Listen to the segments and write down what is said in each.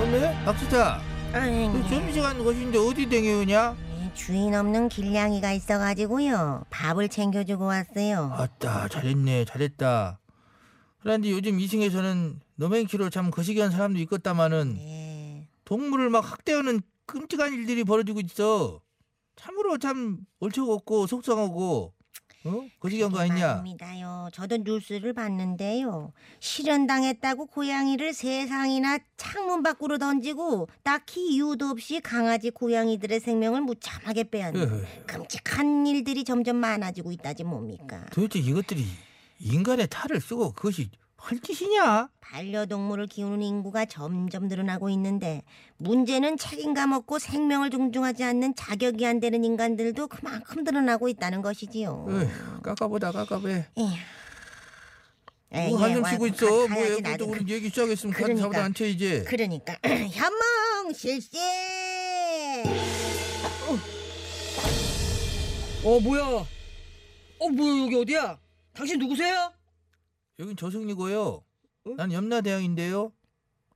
어메? 박수타 그 아잉, 점심시간 것인데 어디 댕겨오냐? 네, 주인 없는 길냥이가 있어가지고요 밥을 챙겨주고 왔어요 아따 잘했네 잘했다 그런데 요즘 이승에서는 너맹키로 참 거시기한 사람도 있겠다마는 예. 동물을 막 학대하는 끔찍한 일들이 벌어지고 있어 참으로 참 얼척없고 속상하고 어? 거시기한 거 아니냐? 아닙니다요 저도 뉴스를 봤는데요 실현당했다고 고양이를 세상이나 창문 밖으로 던지고 딱히 이유도 없이 강아지 고양이들의 생명을 무참하게 빼앗는 에휴, 끔찍한 일들이 점점 많아지고 있다지 뭡니까 도대체 이것들이 인간의 탈을 쓰고 그것이 헐짓이냐? 반려동물을 키우는 인구가 점점 늘어나고 있는데 문제는 책임감 없고 생명을 존중하지 않는 자격이 안 되는 인간들도 그만큼 늘어나고 있다는 것이지요. 에휴, 깝깝하다 깝깝해 에휴. 에이, 뭐 예, 한숨 와, 쉬고 가- 있어 뭐 가야지, 애들 나도. 그 우리 얘기 시작했으면 가서 그러니까. 잡아도 앉혀 이제 그러니까 현몽 실시. 어 뭐야? 어 뭐야 여기 어디야? 당신 누구세요? 여긴 저승리고요. 응? 난 염라대왕인데요.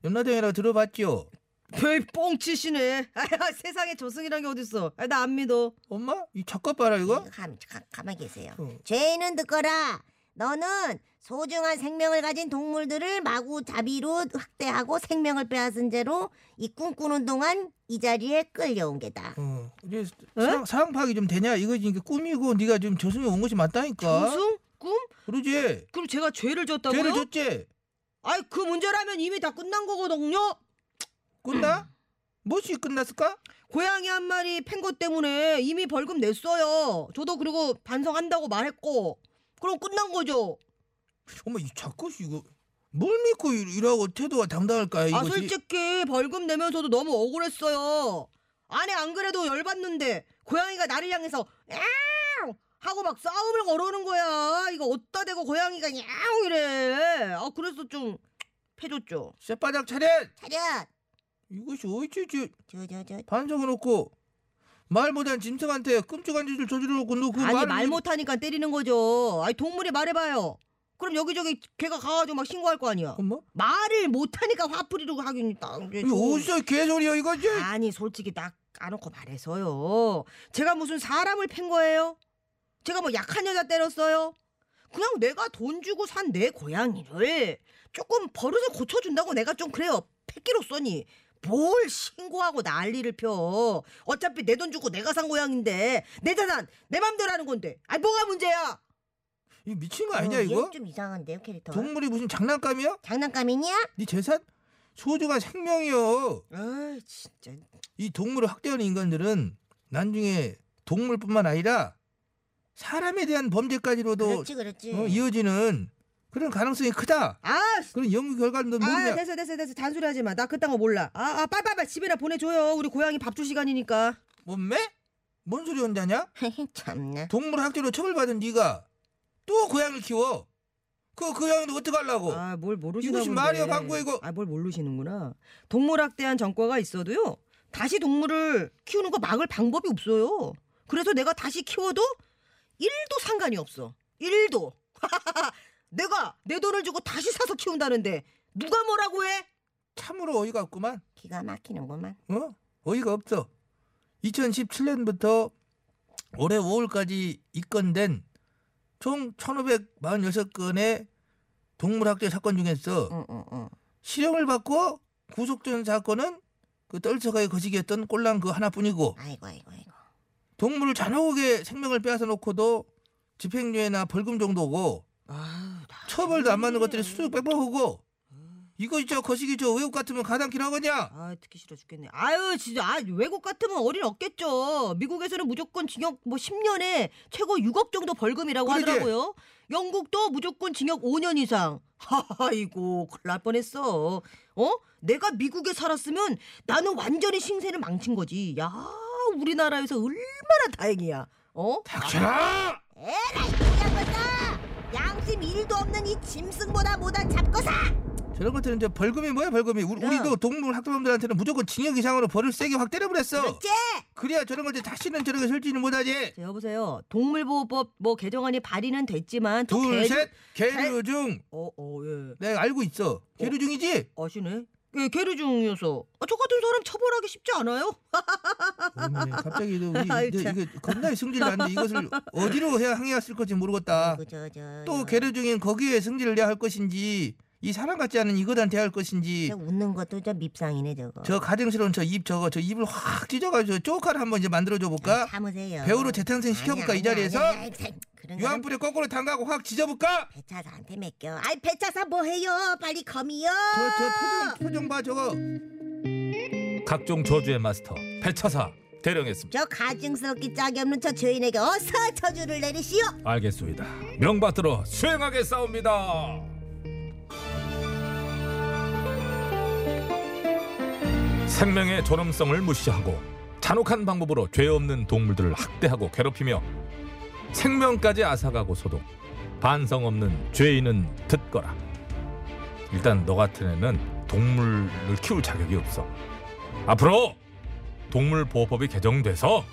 염라대왕이라고 들어봤죠? 별 뻥치시네. 아, 세상에 조승이란 게 어딨어? 아, 나 안 믿어. 엄마? 이 작가 봐라 이거? 감, 가, 가만히 계세요. 어. 죄인은 듣거라. 너는 소중한 생명을 가진 동물들을 마구 자비로 학대하고 생명을 빼앗은 죄로 이 꿈꾸는 동안 이 자리에 끌려온 게다. 어. 이제 사랑, 사랑 파악이 좀 되냐? 이거 이게 꿈이고 네가 지금 저승에 온 것이 맞다니까. 조승? 꿈? 그러지? 그럼 제가 어? 죄를 졌다고요? 죄를 줬지? 아이 그 문제라면 이미 다 끝난 거거든요. 끝나? 무엇이 끝났을까? 고양이 한 마리 팬 것 때문에 이미 벌금 냈어요. 저도 그리고 반성한다고 말했고. 그럼 끝난 거죠. 엄마 이 작가 씨 이거 뭘 믿고 일- 일하고 태도가 당당할까요? 아 이것이? 솔직히 벌금 내면서도 너무 억울했어요. 아내 안 그래도 열받는데 고양이가 나를 향해서 야옹 하고 막 싸움을 걸어오는 거야. 이거 어디다 대고 고양이가 야옹 이래. 아 그래서 좀 패줬죠. 쌔바닥 차렷! 차렷. 이것이 어찌 지 저저저 반성해놓고 말 못한 짐승한테 끔찍한 짓을 저지르고 너그 아니 말 못하니까 때리는 거죠. 아니 동물이 말해봐요. 그럼 여기저기 걔가 가가지고 막 신고할 거 아니야. 엄마? 말을 못하니까 화풀이로 하긴 딱. 이게 이거 좀- 어디서 개소리야 이거지? 아니 솔직히 딱 까놓고 말해서요. 제가 무슨 사람을 팬 거예요? 제가 뭐 약한 여자 때렸어요? 그냥 내가 돈 주고 산 내 고양이를 조금 버릇을 고쳐준다고 내가 좀 그래요. 패기로써니 뭘 신고하고 난리를 펴. 어차피 내 돈 주고 내가 산 고양인데 내 자산 내 맘대로 하는 건데. 아니 뭐가 문제야? 이거 미친 거 아니냐 이거? 어, 좀 이상한데요 캐릭터. 동물이 무슨 장난감이야? 장난감이냐? 네 재산? 소중한 생명이요. 아 진짜. 이 동물을 학대하는 인간들은 나중에 동물뿐만 아니라 사람에 대한 범죄까지로도 그렇지 그렇지. 어, 이어지는 그런 가능성이 크다. 아 그런 연구 결과도 아, 모르냐? 됐어, 됐어, 됐어. 잔소리하지 마. 나 그딴 거 몰라. 아, 아, 빨빨빨 집에나 보내줘요. 우리 고양이 밥 줄 시간이니까. 뭔매? 뭔 소리 혼자냐? 참나. 동물 학대로 처벌받은 네가 또 고양이를 키워. 그 고양이는 어떻게 하려고? 아, 뭘 모르시나 이것이 본데. 말이야, 광고 이거. 아, 뭘 모르시는구나. 동물학 대한 정과가 있어도요. 다시 동물을 키우는 거 막을 방법이 없어요. 그래서 내가 다시 키워도 일도 상관이 없어. 일도 내가 내 돈을 주고 다시 사서 키운다는데 누가 뭐라고 해? 참으로 어이가 없구만. 기가 막히는구만. 어? 어이가 없어. 2017년부터 올해 5월까지 입건된 총 1,546건의 동물학대 사건 중에서 응 응 응. 실형을 받고 구속된 사건은 그 떨쳐가게 거시기했던 꼴랑 그 하나뿐이고 아이고 아이고 아이고. 동물을 잔혹하게 생명을 빼앗아 놓고도 집행유예나 벌금 정도고 아, 처벌도 안 받는 것들이 수두룩 빼먹고 이거 진짜 거시기 저 외국 같으면 가당키라고 하냐? 아 듣기 싫어 죽겠네. 아유 진짜 아, 외국 같으면 어린 없겠죠. 미국에서는 무조건 징역 뭐 10년에 최고 6억 정도 벌금이라고 그러게. 하더라고요. 영국도 무조건 징역 5년 이상. 아이고 큰일 날 뻔했어. 어? 내가 미국에 살았으면 나는 완전히 신세를 망친 거지. 야 우리나라에서 얼마나 다행이야. 어? 닥쳐라! 에라이 양반다 양심 일도 없는 이 짐승보다 못한 잡거사 저런 것들은 이제 벌금이 뭐야 벌금이 우리, 야. 우리도 동물 학대범들한테는 무조건 징역 이상으로 벌을 세게 확 때려버렸어 그렇지 그래야 저런 걸 이제 다시는 저런 걸 설치는 못하지 자, 여보세요. 동물보호법 뭐 개정안이 발의는 됐지만 또 개정- 둘셋 계류중 어, 어, 예. 내가 알고 있어 계류중이지? 아시네? 예, 게으 중이어서 아, 저 같은 사람 처벌하기 쉽지 않아요? 어머니, 갑자기 너 우리 아유, 이거 참. 이거 겁나 승질 나는데 이것을 어디로 해야 항의했을 건지 모르겠다 그저저 아, 또 계류중인 거기에 승질을 내야 할 것인지 이 사람 같지 않은 이거단 대할 것인지 웃는 것도 저 밉상이네 저거 저 가증스러운 저 입 저거 저 입을 확 찢어가지고 쪼카를 한번 이제 만들어줘 볼까? 아, 참으세요 배우로 재탄생 시켜볼까 이 자리에서? 그런 거는 유한풀에 거꾸로 담가고 확 지져볼까? 배차사한테 맡겨 아이 배차사 뭐해요 빨리 거미요 저 저 표정 표정 봐 저거 각종 저주의 마스터 배차사 대령했습니다. 저 가증스럽기 짝이 없는 저 죄인에게 어서 저주를 내리시오 알겠소이다. 명받들어 수행하게 싸웁니다. 생명의 존엄성을 무시하고 잔혹한 방법으로 죄 없는 동물들을 학대하고 괴롭히며 생명까지 앗아가고서도 반성 없는 죄인은 듣거라. 일단 너 같은 애는 동물을 키울 자격이 없어. 앞으로 동물 보호법이 개정돼서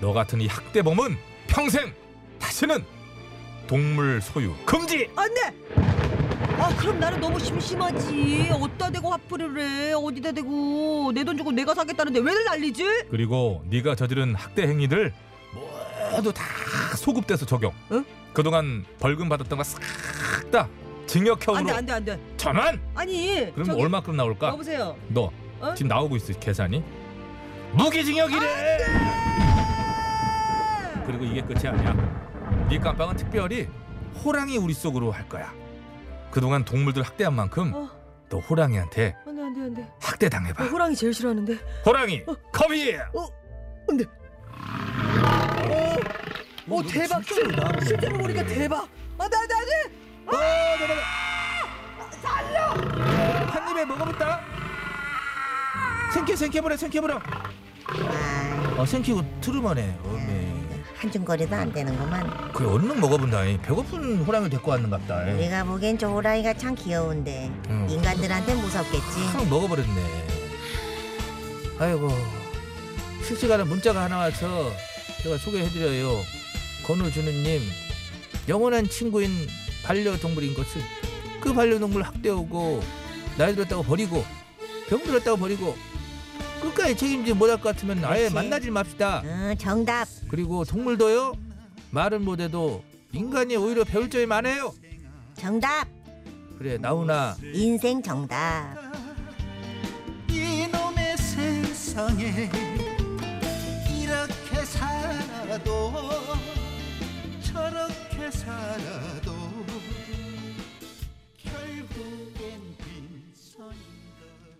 너 같은 이 학대범은 평생 다시는 동물 소유 금지. 안 돼! 네. 아 그럼 나는 너무 심심하지 어디다 대고 화풀이를 해 어디다 대고 내 돈 주고 내가 사겠다는데 왜들 난리지? 그리고 네가 저지른 학대 행위들 모두 다 소급돼서 적용. 응? 그동안 벌금 받았던 거 싹 다 징역형으로 안돼 안돼 안돼 전환. 아니 그럼 저기, 얼마큼 나올까? 여보세요 너 어? 지금 나오고 있어 계산이. 무기징역이래. 그리고 이게 끝이 아니야. 네 깜빵은 특별히 호랑이 우리 속으로 할 거야. 그동안 동물들 학대한 만큼 어, 너 호랑이한테 안돼 안돼 안돼 학대 나 당해봐. 호랑이 제일 네, 싫어하는데 호랑이 커비. 어 안돼 어, 어 대박 실- 실제로 보니까 대박 아나 나 안돼 한 입에 먹어본다. 생켜 생켜버려 생켜버려. 어 생키고 트름하네. 어메. 아, 한중거리도 안 되는구만 그래 얼른 먹어본다니. 배고픈 호랑이를 데리고 왔는갑다. 에이. 우리가 보기엔 저 호랑이가 참 귀여운데 음. 인간들한테 무섭겠지 확 먹어버렸네. 아이고 실시간에 문자가 하나 와서 제가 소개해드려요. 건우준우님 영원한 친구인 반려동물인 것을 그 반려동물 학대하고 나이 들었다고 버리고 병 들었다고 버리고 끝까지 책임지 못할 것 같으면 아예 그렇지. 만나지 맙시다. 응 어, 정답 그리고 동물도요 말은 못해도 인간이 오히려 배울 점이 많아요. 정답 그래 나훈아 인생 정답 이놈의 세상에 이렇게 살아도 저렇게 살아도